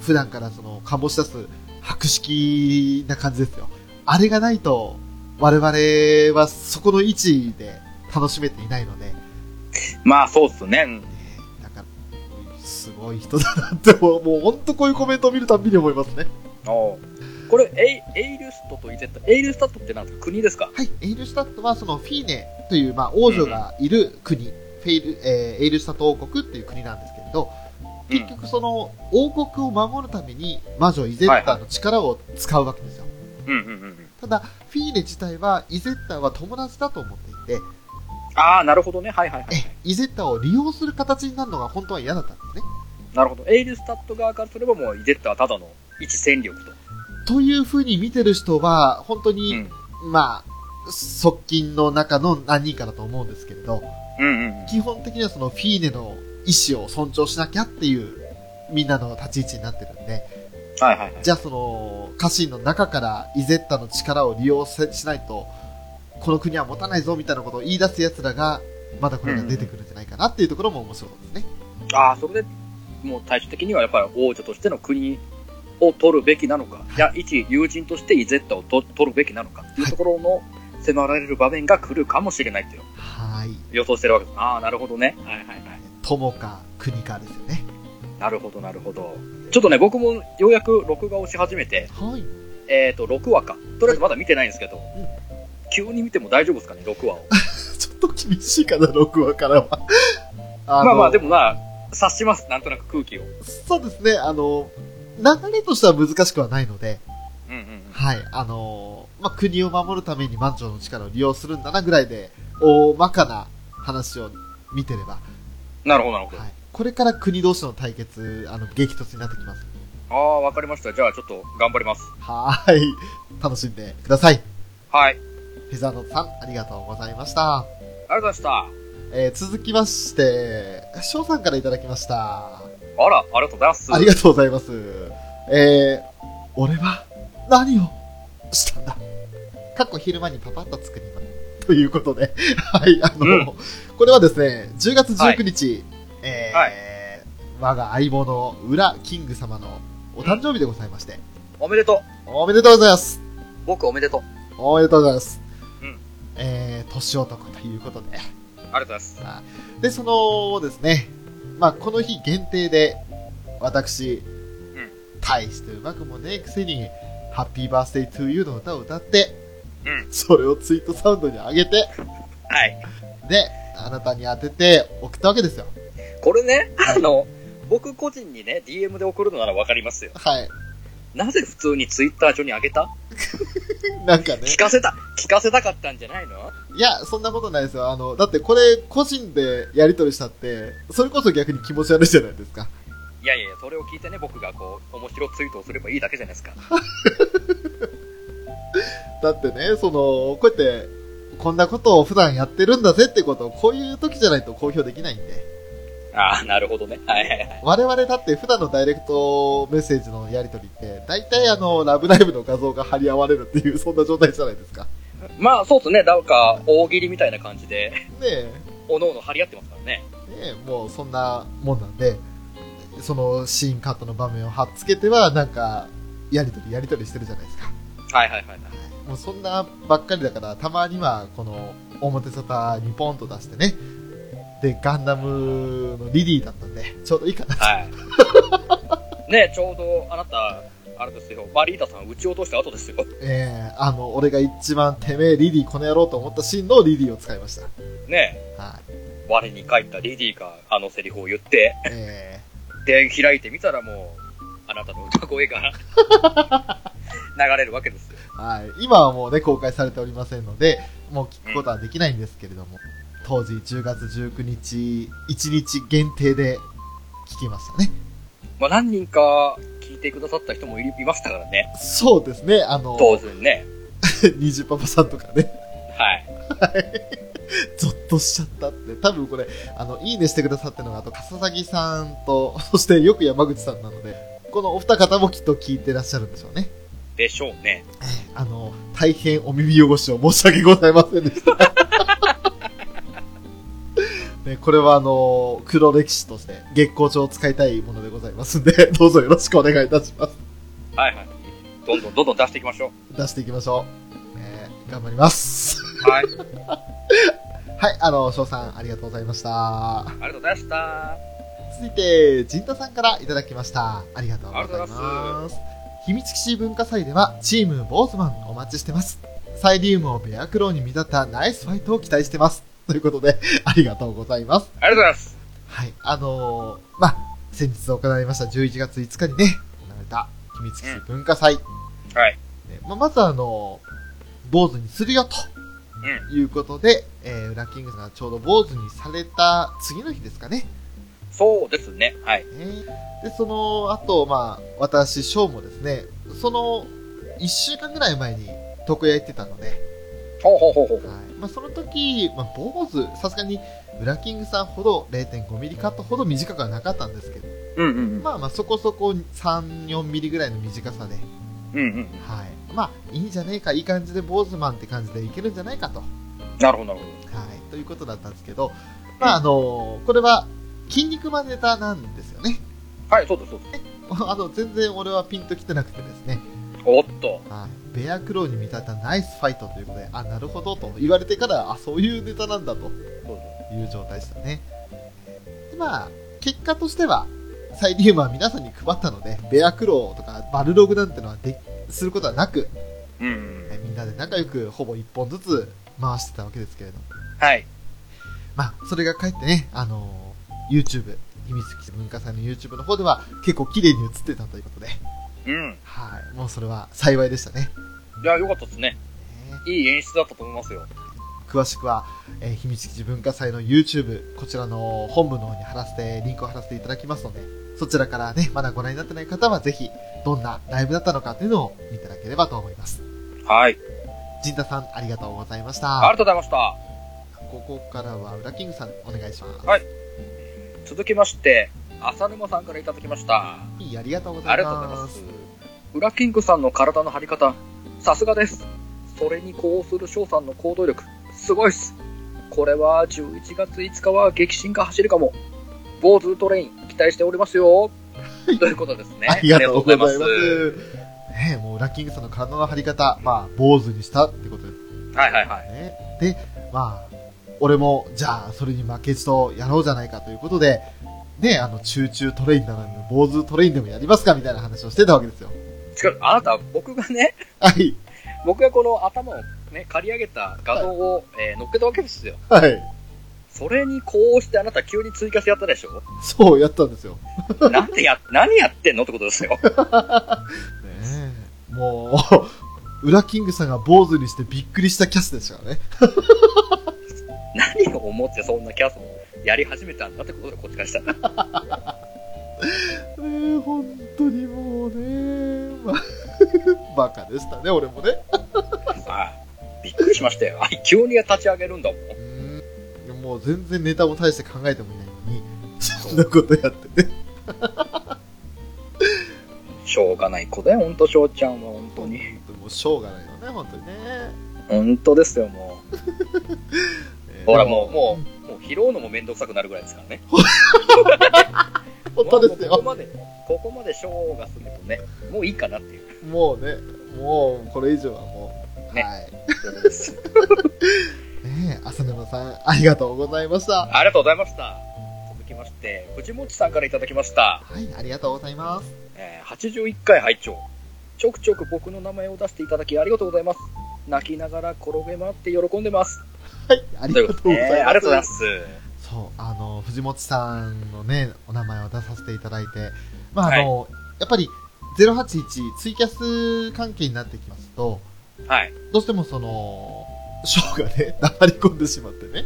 普段からその醸し出す博識な感じですよ。あれがないと、我々はそこの位置で楽しめていないので、ねまあ、そうっすね。うんえなんか、すごい人だなって、もうもう本当こういうコメントを見るたびに思いますね。おうこれエイ、エイルストとイゼッタ、エイルスタットってなんですか国ですかはい、エイルシュタットはそのフィーネという、まあ、王女がいる国、フェイル、えーエイルシュタット王国っていう国なんですけれど、結局その王国を守るために魔女イゼッタの力を使うわけですよ。うんうんうんうん。ただ、フィーネ自体は、イゼッタは友達だと思っていて、ああ、なるほどね。はいはいはい。え、イゼッタを利用する形になるのが本当は嫌だったんですね。なるほど。エイルスタット側からすればもうイゼッタはただの一戦力と。という風に見てる人は、本当に、うんまあ、側近の中の何人かだと思うんですけれど、うんうん。基本的にはそのフィーネの意思を尊重しなきゃっていうみんなの立ち位置になってるんで、はいはいはい。じゃあその家臣の中からイゼッタの力を利用せしないと、この国は持たないぞみたいなことを言い出す奴らが、まだこれが出てくるんじゃないかなっていうところも面白いですね。ああ、それで、もう最終的にはやっぱり王女としての国を取るべきなのか、いや、一友人としてイゼッタをと取るべきなのかっていうところの迫られる場面が来るかもしれないっていうのをはい。予想してるわけです。ああ、なるほどね。はいはいはい。友か国かですよね。なるほどなるほど。ちょっとね、僕もようやく録画をし始めて、はい。えっ、と、6話か。とりあえずまだ見てないんですけど、ん急に見ても大丈夫ですかね、6話を。ちょっと厳しいかな、6話からは。あのまあまあ、でもまあ、察します、なんとなく空気を。そうですね、あの、流れとしては難しくはないので、うんうんうん。はい、あの、まあ、国を守るために万丈の力を利用するんだなぐらいで、大まかな話を見てれば、なるほどなるほど。はい、これから国同士の対決、あの、激突になってきます。ああ、わかりました。じゃあちょっと頑張ります。はーい、楽しんでください。はい。フェザーノートさん、ありがとうございました。ありがとうございました。えー、続きまして、翔さんからいただきました。あら、ありがとうございます。ありがとうございます。えー、俺は何をしたんだ過去昼間にパパッと作ります。ということで、 はい、あの、うんこれはですね、10月19日、えーはい我が相棒の裏キング様のお誕生日でございまして、おめでとう。おめでとうございます僕おめでとう。おめでとうございます、うんえー、年男ということで、ありがとうございます。で、そのですね、まあ、この日限定で、私、ん大してうまくもねえくせに、ハッピーバースデートゥーユーの歌を歌って、うんそれをツイートサウンドに上げて、はい。で、あなたに当てて送ったわけですよ。これね、あの、僕個人にね、DM で送るのならわかりますよ。はい。なぜ普通に Twitter 上に上げたなんかね、聞かせた聞かせたかったんじゃないのいや、そんなことないですよ。あの、だってこれ、個人でやり取りしたって、それこそ逆に気持ち悪いじゃないですか。いやいやいや、それを聞いてね、僕がこう、面白ツイートをすればいいだけじゃないですか。だってね、その、こうやって、こんなことを普段やってるんだぜってことを、こういう時じゃないと公表できないんで。ああ、なるほどね。はいはいはい。我々だって普段のダイレクトメッセージのやり取りって、大体あの、ラブライブの画像が貼り合われるっていう、そんな状態じゃないですか。まあ、そうっすね。なんか、大喜利みたいな感じで、ねえ、おのおの張り合ってますからね。ねえ、もうそんなもんなんで、そのシーンカットの場面を貼っつけては、なんか、やり取りやり取りしてるじゃないですか。はいはいはいはい。もうそんなばっかりだから、たまにはこの、表沙汰にポンと出してね。で、ガンダムのリリーだったんで、ちょうどいいかな。はい。ねちょうどあなた、あれですよ、バリーダさん撃ち落とした後ですよ。ええあの、俺が一番てめえリリーこの野郎と思ったシーンのリリーを使いました。ねはい。我に返ったリディがあのセリフを言って、 えで、開いてみたらもう、あなたの歌声が 流れるわけですよ。ーはい、今はもうね、公開されておりませんので、もう聞くことはできないんですけれども、当時10月19日、1日限定で聞きましたね。まあ、何人か聞いてくださった人もいいましたからね。そうですね、あの、当然ね。ニジパパさんとかね、 はい。ゾッとしちゃったって、多分これ、あの、いいねしてくださってるのが、あと、笠崎さんと、そしてよく山口さんなので、このお二方もきっと聞いてらっしゃるんでしょうね。でしょうね。あの、大変お耳汚しを申し訳ございませんでした。 ね、これはあの、黒歴史として月光帳を使いたいものでございますんで、 どうぞよろしくお願いいたします。はいはい。どんどんどんどん出していきましょ出していきましょう。えー頑張ります。う。はい。ありはい、あの、翔さんありがとうございました。がとうございました。続いて、陣田さんからいただきました。ありがとうござあいりがとうございます。秘密基地文化祭では、チームボーズマンお待ちしてます。サイリウムをベアクローに見立ったナイスファイトを期待してます。ということで、ありがとうございます。ありがとうございます。はい、あのーまあ、先日行われました11月5日にね、行われた秘密基地文化祭。はい。ねまあ、まずはあのー、坊主にするよと。いうことで、えー、ウラキングさんがちょうど坊主にされた次の日ですかね。そうですね。はい。ねで、その後、まあ、私、翔もですね、その、1週間ぐらい前に床屋行ってたので、ほうほうほうほう。はいまあ、その時、まあ、坊主、さすがに、ウラキングさんほど0.5ミリカットほど短くはなかったんですけど、うんうんうん。まあまあそこそこ3、4ミリぐらいの短さで、うんうん。はい。まあ、いいんじゃねえか、いい感じで坊主マンって感じでいけるんじゃないかと。はなるほど、なるほい。ということだったんですけど、まああのこれは、筋肉マンネタなんですよね。 ど。はい、そうです、そうです。あの、全然俺はピンときてなくてですね、おっと。はい。ベアクローに見立てたナイスファイトということで、あ、なるほどと言われてから、あ、そういうネタなんだと。そうでいう状態でしたね。でまあ、結果としては、サイリウムは皆さんに配ったので、ベアクローとかバルログなんてのはでですることはなく、す。うん。えみんなで仲良くほぼ1本ずつ回してたわけですけれども、はい。まあ、それがかえってね、あのー YouTube、秘密基地文化祭の YouTube の方では結構綺麗に映ってたということで、うん。はい、もうそれは幸いでしたね。いや、よかったですね。ねいい演出だったと思いますよ。詳しくは、えー秘密基地文化祭の YouTube、こちらの本部の方に貼らせて、リンクを貼らせていただきますので、そちらからね、まだご覧になってない方は、ぜひ、どんなライブだったのかというのを見ていただければと思います。はい。陣田さん、ありがとうございましあた。りがとうございました。ここからは、ウラキングさん、お願いします。はい続きまして、浅沼さんからいただきました。いい。ありがとうござあいりがとうございまますす。。ウラキングさんの体の張り方、さすがです。それに呼応する翔さんの行動力、すごいっす。これは11月5日は激震が走るかも。坊主トレイン、期待しております よ。ということですね。ありがとうございます。ありがとうねえ、もう、ウラキングさんの体の張り方、まあ、坊主にしたってことですございますはいはいはい。ね。で、まあ、俺も、じゃあ、それに負けじとやろうじゃないかということで、ね、あの、チューチュートレインならぬ、坊主トレインでもやりますかみたいな話をしてたわけですよ。しかも、あなた、僕がね、 はい。僕がこの頭をね、刈り上げた画像を、えー載っけたわけですよ。はい。それに呼応してあなた急に追加してやったでしょそうやったんですよ。なんでや、何やってんのってことですよ。ねえ。もう、ウラキングさんが坊主にしてびっくりしたキャスでしたからね。何を思ってそんなキャスをやり始めたんだってことでこっちからしたら。ねえ、本当にもうね、まあ、 バカでしたね、俺もね。ああびっくりしましたよ。あ急に立ち上げるんだもん。うん。もう全然ネタも大して考えてもいないのに、そんなことやってね。しょうがない子だよ、ほんと、翔ちゃんは、本当に。もうしょうがないよね、本当にね。本当ですよ、もう。ほら、もう、もう、もう拾うのもめんどくさくなるぐらいですからね。う、本当ですもうこよ。こまで、ここまで翔がするとね、もういいかなっていう。もうね、もう、これ以上はもう。ねはい。ですねえ、浅沼さん、ありがとうございました。ありがとうございました。続きまして、藤本さんからいただきました。はい、ありがとうございます。えー81回拝聴ちょくちょく僕の名前を出していただきありがとうございます。泣きながら転げ回って喜んでます。はい、ありがとうございます。えーありがとうございま。す。そう、あの、藤本さんのね、お名前を出させていただいて、まあ、あの、やっぱり、081、ツイキャス関係になってきますと、はい。どうしてもその、ショーがね、黙り込んで しまってね。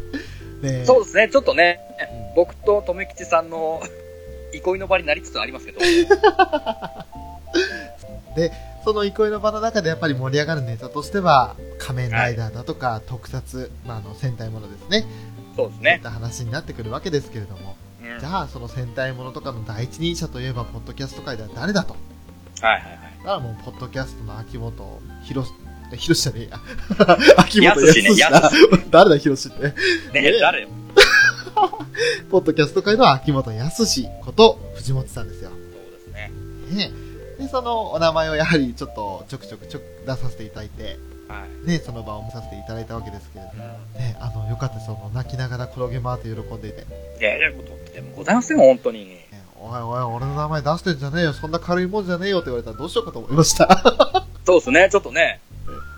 でそうですね、ちょっとね、うん僕と留吉さんの 憩いの場になりつつありますけど、その憩いの場の中でやっぱり盛り上がるネタとしては、仮面ライダーだとか、特撮、まあ、あの、戦隊ものですね。そうそうですいっね。た話になってくるわけですけれども、うんはいじゃあ、その戦隊ものとかの第一人者といえば、ポッドキャスト界では誰だと。はいはい。だからもう、ポッドキャストの秋元、ひろし、えひろしじゃねえや。 秋や元すしね、康やだ。すし。誰だ、ひろしって。ね、誰よ。ポッドキャスト界の秋元康こと、藤本さんですよ。そうですね。ねで、そのお名前をやはりちょっとちょくちょくちょく出させていただいて、はい。ね、その場を見させていただいたわけですけれども、ね、あの、よかったですその泣きながら転げ回って喜んでいて、ねいや、いや、とってもございません、本当に。おいおい、俺の名前出してんじゃねえよ、そんな軽いもんじゃねえよって言われたらどうしようかと思いま した。そうですね、ちょっとね、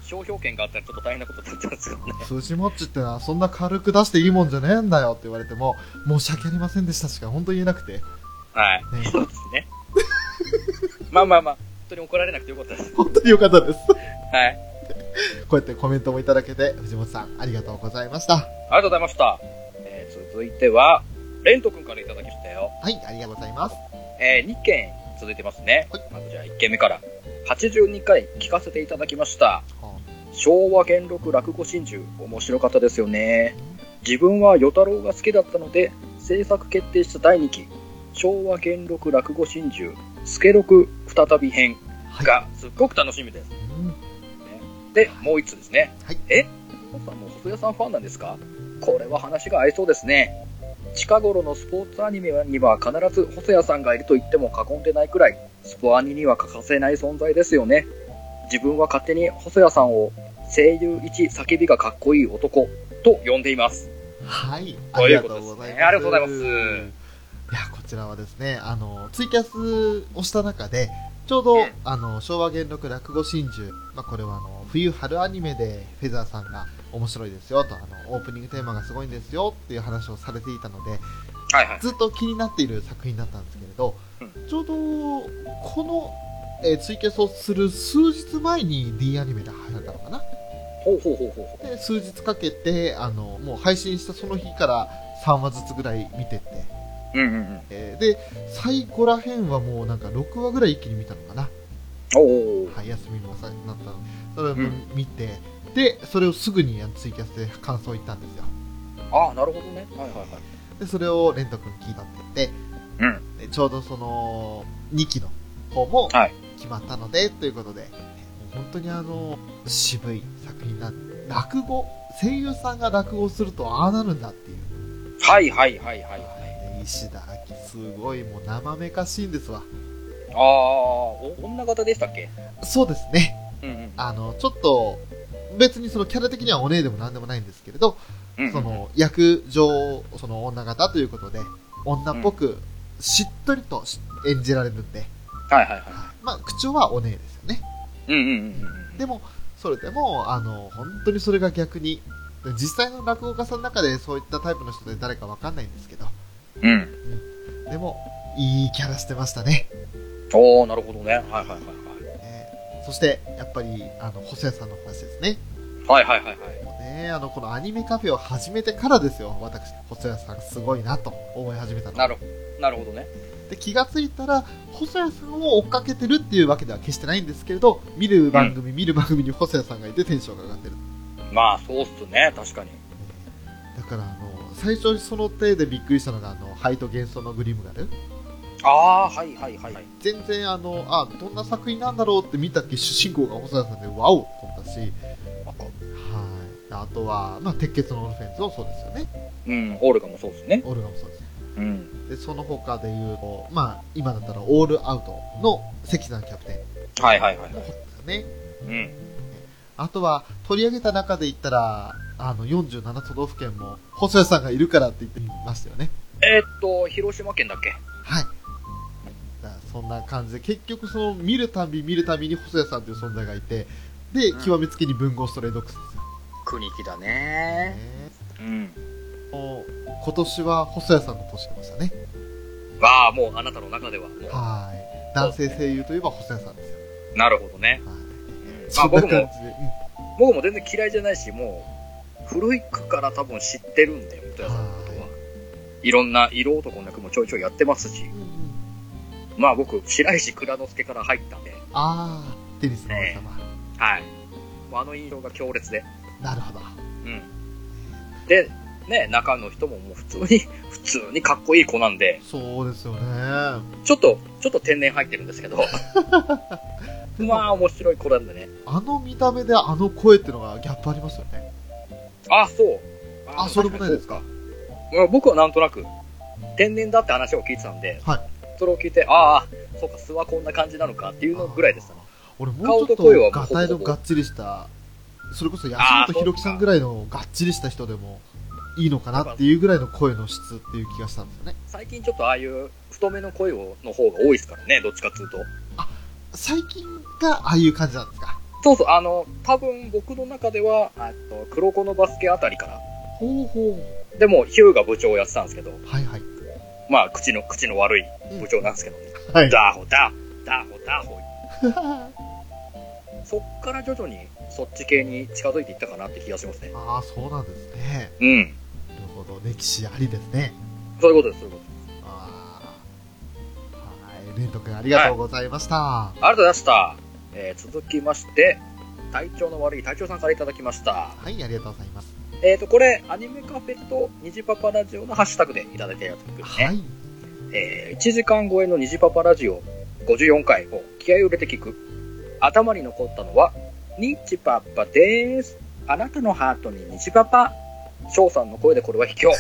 商標権があったらちょっと大変なことになっちゃうんですけどね。藤もっちってのはそんな軽く出していいもんじゃねえんだよって言われても、申し訳ありませんでしたしか本当に言えなくて、ね、はい。そうですね。まあまあまあ、本当に怒られなくてよかったです。本当によかったです。 はい。こうやってコメントもいただけて、藤本さんありがとうございました。ありがとうございました。えー続いては、レント君からいただきましたよ。はい、ありがとうございます。え2件続いてますね。はいまずじゃあ1件目から。82回聞かせていただきました。は昭和元禄落語真珠面白かったですよね自分は与太郎が好きだったので制作決定した第2期昭和元禄落語真珠助六再び編はい。がすっごく楽しみです、うんでもう1つですね、はいえお父さんも細谷さんファンなんですかこれは話が合いそうですね近頃のスポーツアニメには必ず細谷さんがいると言っても過言でないくらいスポアニには欠かせない存在ですよね自分は勝手に細谷さんを声優一叫びがかっこいい男と呼んでいますはい。あとりいがうこととでうすございねます。ありがとうございますいや、こちらはですね、あの、ツイキャスをした中で、ちょうどうん、あの、昭和元禄落語真珠、まあ、これはあの、冬春アニメで、フェザーさんが面白いですよと、あの、オープニングテーマがすごいんですよっていう話をされていたので、はいはいずっと気になっている作品だったんですけれど、うんちょうど、この、えーツイキャスをする数日前に D アニメで流行ったのかなほうほうほうほうほうで数日かけてあのもう配信したその日から3話ずつぐらい見てって、うんうんうんえーで最後らへんはもうなんか6話ぐらい一気に見たのかな、おおはい、休みの朝になったのでそれをうん見て、でそれをすぐにあのツイキャスで感想を言ったんですよああなるほどねはいはいはいでそれをレント君聞いたって言って、うでちょうどその2期の方もはい決まったので、ということでもう本当にあの渋い作品だ落語声優さんが落語をするとああなるんだっていうはいはいはいはいはいはい、石田亜紀すごいもう生めかしいんですわああお女型でしたっけそうですねうんうんあのちょっと別にそのキャラ的にはお姉でも何でもないんですけれど、うんうんその役上その女型ということで女っぽくしっとりとし演じられるんで、はいはいはいまあ口調はお姉ですよねうんうんうんうん。でもそれでもあの本当にそれが逆に実際の落語家さんの中でそういったタイプの人で誰かわかんないんですけどうん。でもいいキャラしてましたねおー、なるほどね。はいはいはいねそして、やっぱり、あの、細谷さんの話ですね。はい。はいはいはいはい。もうね、あの、このアニメカフェを始めてからですよ、私、細谷さんすごいなと思い始めたの。なるほど。なるほどね。で、気がついたら、細谷さんを追っかけてるっていうわけでは決してないんですけれど、見る番組、見る番組に細谷さんがいてテンションが上がってる。まあ、そうっすね。確かに。だから、あの、最初にその手でびっくりしたのが、あの、ハイと幻想のグリムガル。ああー、はいはいはい。全然、あの、あ、どんな作品なんだろうって見たっけ、主人公が細谷さんで、ワオと思ったし、はい。あとは、まあ、鉄血のオルフェンズもそうですよね。うん、オールガもそうっすね。オルガもそうです。うん。で、その他で言うと、まあ、今だったらオールアウトの関さんキャプテンはいはいはいの。本ですよね。うん。あとは、取り上げた中で言ったら、あの、47都道府県も、細谷さんがいるからって言ってましたよね。えーっと、広島県だっけはい。だからそんな感じで、結局その、見るたび見るたびに細谷さんという存在がいて、で、うん極めつけに文豪ストレイドックスですよ国木だね。ね。うん。もう今年は細谷さんの年でしたね。ああ、もうあなたの中では。もはい。男性声優といえば細谷さんですよ。うなるほどね。はい。まあそんな感じ僕で。うんも、僕も全然嫌いじゃないし、もう、古い区から多分知ってるんで、本谷さんのことははい。いろんな色男の役もちょいちょいやってますし。うんうんまあ僕、白石蔵之介から入ったんで、ああ、テニスの王様。はい。あの印象が強烈で。なるほど。うん。で、ね、中の人ももう普通に、 普通にかっこいい子なんで、そうですよね。ちょっと、ちょっと天然入ってるんです けど、でもまあ面白い子なんでね。あの見た目であの声ってのがギャップありますよね。あ、そう。あ、それもないですか。うん僕はなんとなく、天然だって話を聞いてたんで、はいそれを聞いて、ああ、そうか、素はこんな感じなのかっていうのぐらいでしたね。俺もうちょっ顔と声とはもうガほぼタイのがっちりした、それこそ安あー本博樹さんぐらいのがっちりした人でもいいのかなっていうぐらいの声の質っていう気がしたんですよね。最近ちょっとああいう太めの声をの方が多いですからね、どっちかっていうと。最近がああいう感じなんですか。そうそう、あの、多分僕の中では、あと黒子のバスケあたりから。ほうほでも、ヒューが部長をやってたんですけど、う。はいはい。まあ、口の、口の悪い部長なんですけど、はい。ダーホ、ダー、ダーホ、ダーホ。そっから徐々にそっち系に近づいていったかなって気がしますね。ああ、そうなんですね。うん。なるほど。歴史ありですね。そういうことです、そういうことです。あーはい、レント君ありがとうございました。ありがとうございました。えー、続きまして、体調の悪い隊長さんからいただきました。はい、ありがとうございます。えっ、と、これ、アニメカフェとニジパパラジオのハッシュタグでいただいたやつですね。はい。。えー1時間超えのニジパパラジオ54回を気合を入れて聞く。頭に残ったのは、ニッチパパです。あなたのハートにニジパパ。翔さんの声でこれは 卑怯。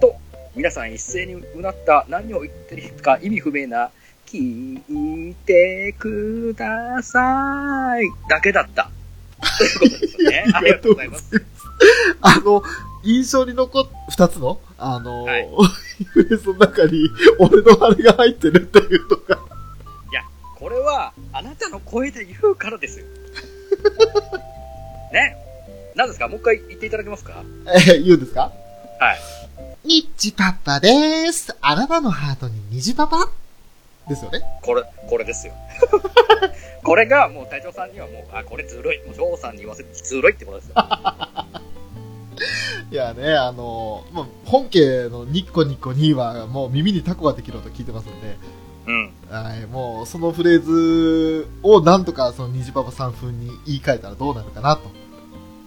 と、皆さん一斉にうなった何を言ってるか意味不明な、聞いてください。だけだった。ということですね ありがとうございます。あの、印象に残っ、二つの、あの、はい フレーズの中に、俺のあれが入ってるっていうのが、これはあなたの声で言うから ですよ。ね。何ですかもう一回言っていただけますかえー言うんですかはい。ニッチパパでーす。あなたのハートに虹パパですよね。これ、これですよ。 これがもう隊長さんにはもう、あ、これずるい。もう女王さんに言わせてずるいってことですよ。いやね、あの、まあ、本家のニッコニッコ2は、もう耳にタコができると聞いてますんで、うん。はい、もうそのフレーズをなんとかその虹パパさん風に言い換えたらどうなるかなと。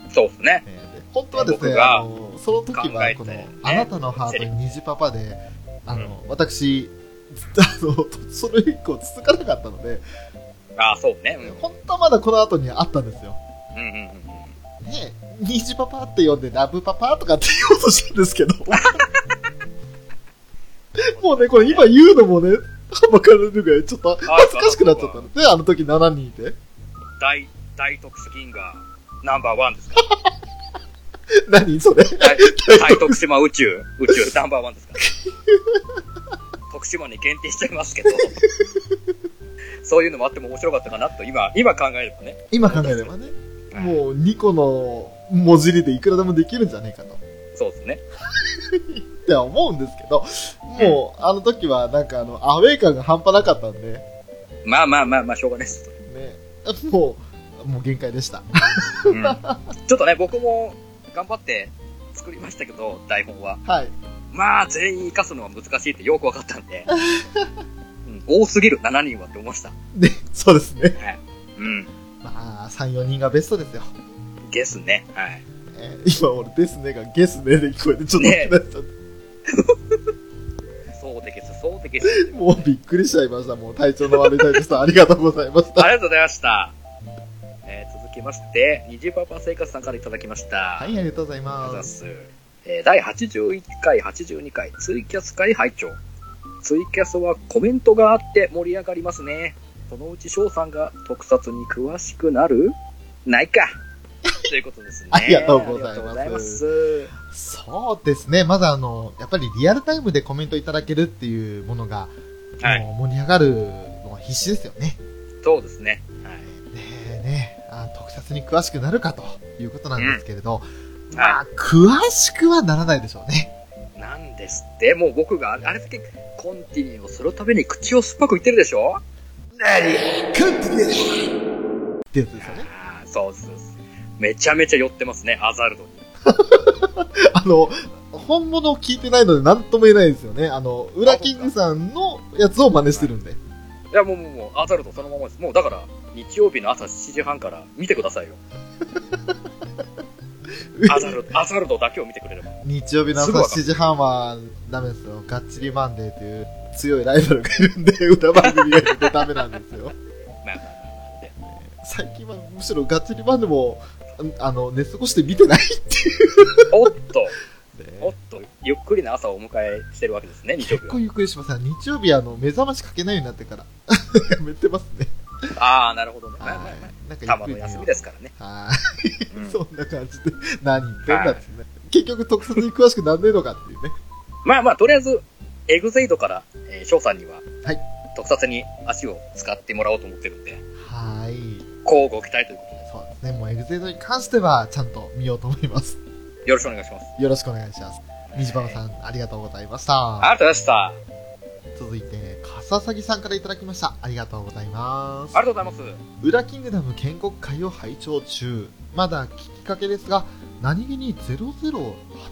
そうですね。えーで本当はですね、僕があのその時はこ考の、えてあなたのハートに虹パパで、あの、私、ずあの、とそれ以降続かなかったので、あ、そうね。うん。うん本当はまだこの後にあったんですよ。うんうんうん。ね虹パパって呼んでラブパパとかって言おうとしたんですけど、 もうね、これ今言うのもね、はばかれるぐらいちょっと恥ずかしくなっちゃったので、あの時7人いて。大、大特殊銀河ナンバーワンですか何それ大大徳島宇宙、宇宙ナンバーワンですか徳島に限定しちゃいますけど。そういうのもあっても面白かったかなと、今、今考えればね。今考えればね、はいもう2個の文字りでいくらでもできるんじゃねえかと。そうですね。って思うんですけど、もう、あの時は、なんかあの、アウェイ感が半端なかったんで、ね、まあまあまあまあ、しょうがないです。もう、もう限界でした。うん、ちょっとね、僕も頑張って作りましたけど、台本は。はい。まあ、全員生かすのは難しいってよくわかったんで。うん、多すぎる、7人はって思いました。で、そうですね。うん。まあ、3、4人がベストですよ。ですね。はい。えー今俺、ですねがゲスねで聞こえて、ちょっと大きくなっちゃって、そうでけす、そうでけす。もうびっくりしちゃいました。もう体調の悪い隊長さん、ありがとうございましあた。りがとうございました。えー続きまして、にじパパ生活さんからいただきました。はありい、ありがとうございがとうございま。ますす。えー第81回、82回、ツイキャス会拝聴ツイキャスはコメントがあって盛り上がりますね。そのうち翔さんが特撮に詳しくなるな いか。ということですね。ありがとうございますありがとうございます。そうですね。まだあの、やっぱりリアルタイムでコメントいただけるっていうものが、はいもう盛り上がるのは必死ですよね。そうですね。はい。ねえねあ特撮に詳しくなるかということなんですけれど、んまあ、詳しくはならないでしょうね。なんですって、もう僕があれだけコンティニューをするために口を酸っぱく言ってるでしょってやつですよね。あーそうそうそうめちゃめちゃ寄ってますね、アザルドに。あの、本物を聞いてないので何とも言えないですよね。あの、裏キングさんのやつを真似してるんで。いや、もう、もう、もう、アザルドそのままです。もう、だから、日曜日の朝7時半から見てくださいよ。アザル ド、アザルドだけを見てくれれば。日曜日の朝7時半はダメですよ。がっちりマンデーという強いライバルがいるんで、歌番組がいるとダメなんですよ。まあまあまあま最近はむしろがっちりマンデーも、あの、寝過ごして見てないっていうあおっと、ねおっと、ゆっくりな朝をお迎えしてるわけですね、日曜日結は構。ゆっくりしますね。日曜日、あの、目覚ましかけないようになってから。 やめてますね。ああ、なるほどね。まあまあはまい。なんあ。たかまゆっくのり休みねで すからね。はうい。んそんな感じで、何言ってんだっつってね。結局、特撮に詳しくなんねえのかっていうね。まあまあ、とりあえず、エグゼイドから、えー翔さんには、はい特撮に足を使ってもらおうと思ってるんで、はい。交互期待ということそうですね。もうエグゼイドに関しては、ちゃんと見ようと思います。で、よろしくお願いします。よろしくお願いします。虹パパさん、ありがとうございました。ありがとうございました。あ続いて、笠崎さんからいただきました。ありがとうございます。りがとうございます。裏キングダム建国会を拝聴中まだ聞きかけですが何気に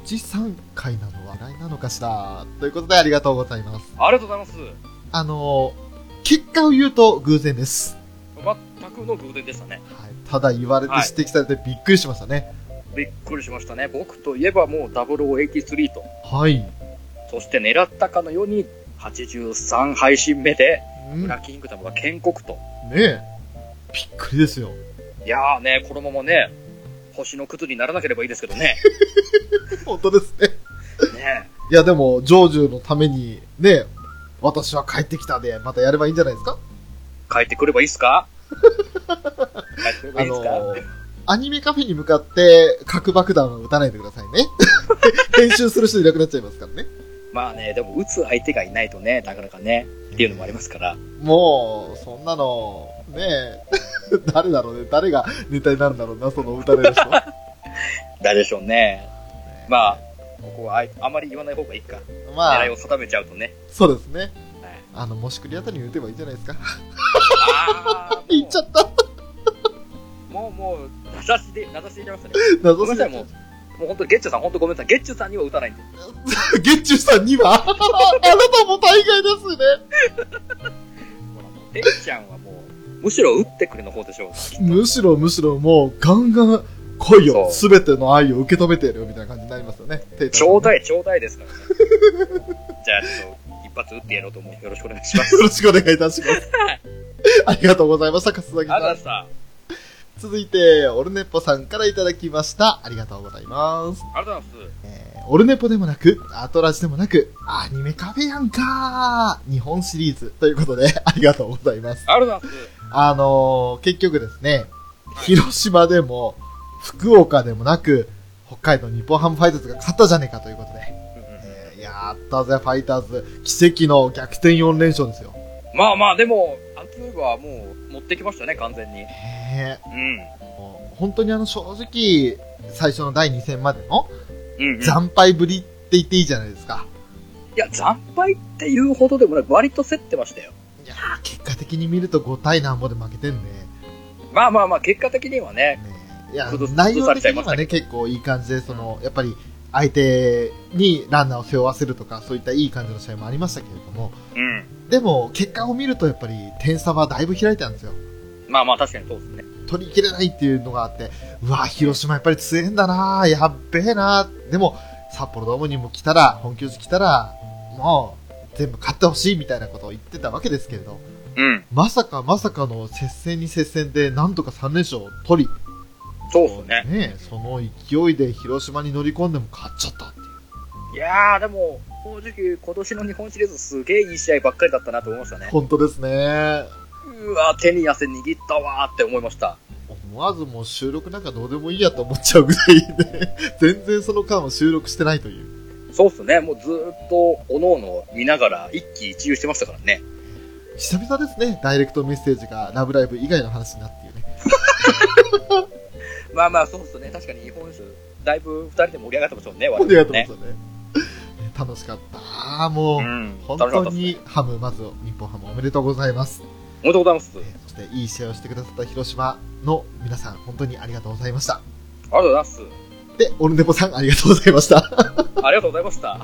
0083回なのは狙いなのかしらということでありがとうございますありがとうございます。あのー結果を言うと偶然ですま全くの偶然でしたね。はい、ただ言われてはい指摘されてびっくりしましたね。びっくりしましたね。僕といえばもう0083と、はい。そして狙ったかのように83配信目で、うん、ブねラキングダムが建国と。え。びっくりですよ。いやーね、このままね、星の靴にならなければいいですけ どね。本当ですね。ねいや、でも、ジョージュのために、ね、私は帰ってきたで、またやればいいんじゃないですか帰ってくればいいっ すか帰ってくればいいっすか、ーアニメカフェに向かって核爆弾は撃たないでください ね。編集する人いなくなっちゃいますからね。まあね、でも撃つ相手がいないとね、なかなかね、っていうのもありますから。もう、そんなの、ね え、誰だろうね、誰がネタになるんだろうな、その打たれる人。 誰でしょうね。まあね、ここはあいあまり言わない方がいいか。え、まあ狙い、を定めちゃうとね。そうですね。はい あの、もしくりあたりに打てばいいじゃないですか。あー言っちゃった。もう、もう、もう名指しで、名指しで言いましたね。謎ごめすんなぎ さい、もう。もう本当にゲッチュさん、本当ごめんなさい。ゲッチュさんには打たないんで。う。ゲッチュさんには、あ なたも大概ですね。ほらもうてっちゃんはもう、むしろ打ってくれの方でしょう。むしろむしろもう、ガンガン来いよ。そすべての愛を受け止めてやるよ、みたいな感じになりますよね。ちょうだい。い、ちょうだいですからね。じゃあ、ちょっと、一発打ってやろうと思う。よろしくお願い します。よろしくお願いいたし ます。ありがとうございました、勝崎あさざん。した。続いて、オルネッポさんからいただきました。ありがとうございます。ありがとうございます。えーオルネポでもなく、アトラジでもなく、アニメカフェやんかー日本シリーズということで、 ありがとうございます。ありがとうございます。あのー結局ですね、広島でも、福岡でもなく、北海道日本ハムファイターズが勝ったじゃねえかということで、えーやったぜ、ファイターズ。奇跡の逆転4連勝ですよ。まあまあ、でも、アンキオイバはもう、持ってきましたね、完全に。ねうん。えもう本当にあの、正直、最初の第2戦までのうん、うん。惨敗ぶりって言っていいじゃないですか。いや、惨敗っていうほどでもなく、割と競ってましたよ。いやー結果的に見ると5対なんぼで負けてんで、ねまあまあまあ、結果的にはね、えいや崩、す内容的に崩さはれね、結構いい感じで、その、やっぱり、相手にランナーを背負わせるとか、そういったいい感じの試合もありましたけれども、うん。でも、結果を見ると、やっぱり、点差はだいぶ開いたんですよ。まあまあ、確かにそうですね。取りきれないっていうのがあって、うわ、広島やっぱり強えんだなやっべえなでも、札幌ドームにも来たら、本拠地来たら、もう、全部勝ってほしいみたいなことを言ってたわけですけれど、うん。まさかまさかの接戦に接戦で、なんとか3連勝を取り、そうですね。ねえその勢いで広島に乗り込んでも勝っちゃったっていう。いやー、でも、正直、今年の日本シリーズすげえいい試合ばっかりだったなと思いましたね。本当ですね。うわー、手に汗握ったわーって思いました。思わずもう収録なんかどうでもいいやと思っちゃうぐらいで、全然その間は収録してないという。そうっすね。もうずーっと、おのおの見ながら、一喜一憂してましたからね。久々ですね、ダイレクトメッセージがラブライブ以外の話になっていうね。まあまあ、そうっすね。確かに日本シリーズだいぶ二人で盛り上がってましたもんね、あ割りがとうございねま。したね。楽しかった。もう、ん本楽しか当ったっすねにハム、まず日本ハムおめでとうございます。おめでとうございます。あえりーそしていい試合をしてくださった広島の皆さん、本当にありがとうございました。がとうございます。で、オルネポさんありがとうございました。ありがとうございました。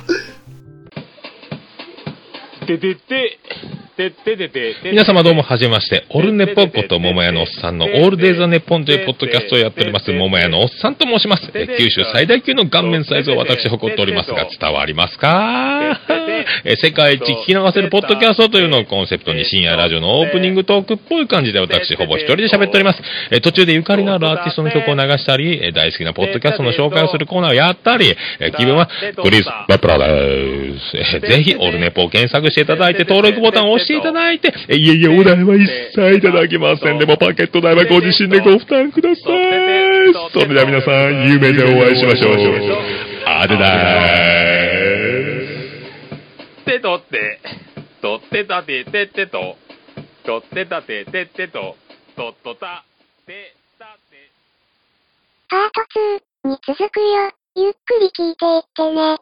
ててて、ててててて。皆様どうもはじめまして、オルネポこと桃屋のおっさんのオールデイザネッポンというポッドキャストをやっております、桃屋のおっさんと申します。え九州最大級の顔面サイズを私誇っておりますが、伝わりますかえ世界一聞き流せるポッドキャストというのをコンセプトに深夜ラジオのオープニングトークっぽい感じで私ほぼ一人で喋っております。え途中でゆかりのあるアーティストの曲を流したり、え大好きなポッドキャストの紹介をするコーナーをやったり、え気分はクリス・バプラです。えぜひオルネポを検索していただいて、登録ボタンを押していただいていただいて、えいえいえ、お代は一切いただきません。でも、パケット代はご自身でご負担ください。それでは皆さん、夢でお会いしましょう。あでだーす。てとって、とってたてててと、とってたてててと、とっとた、てたて。パート2に続くよ。ゆっくり聞いていってね。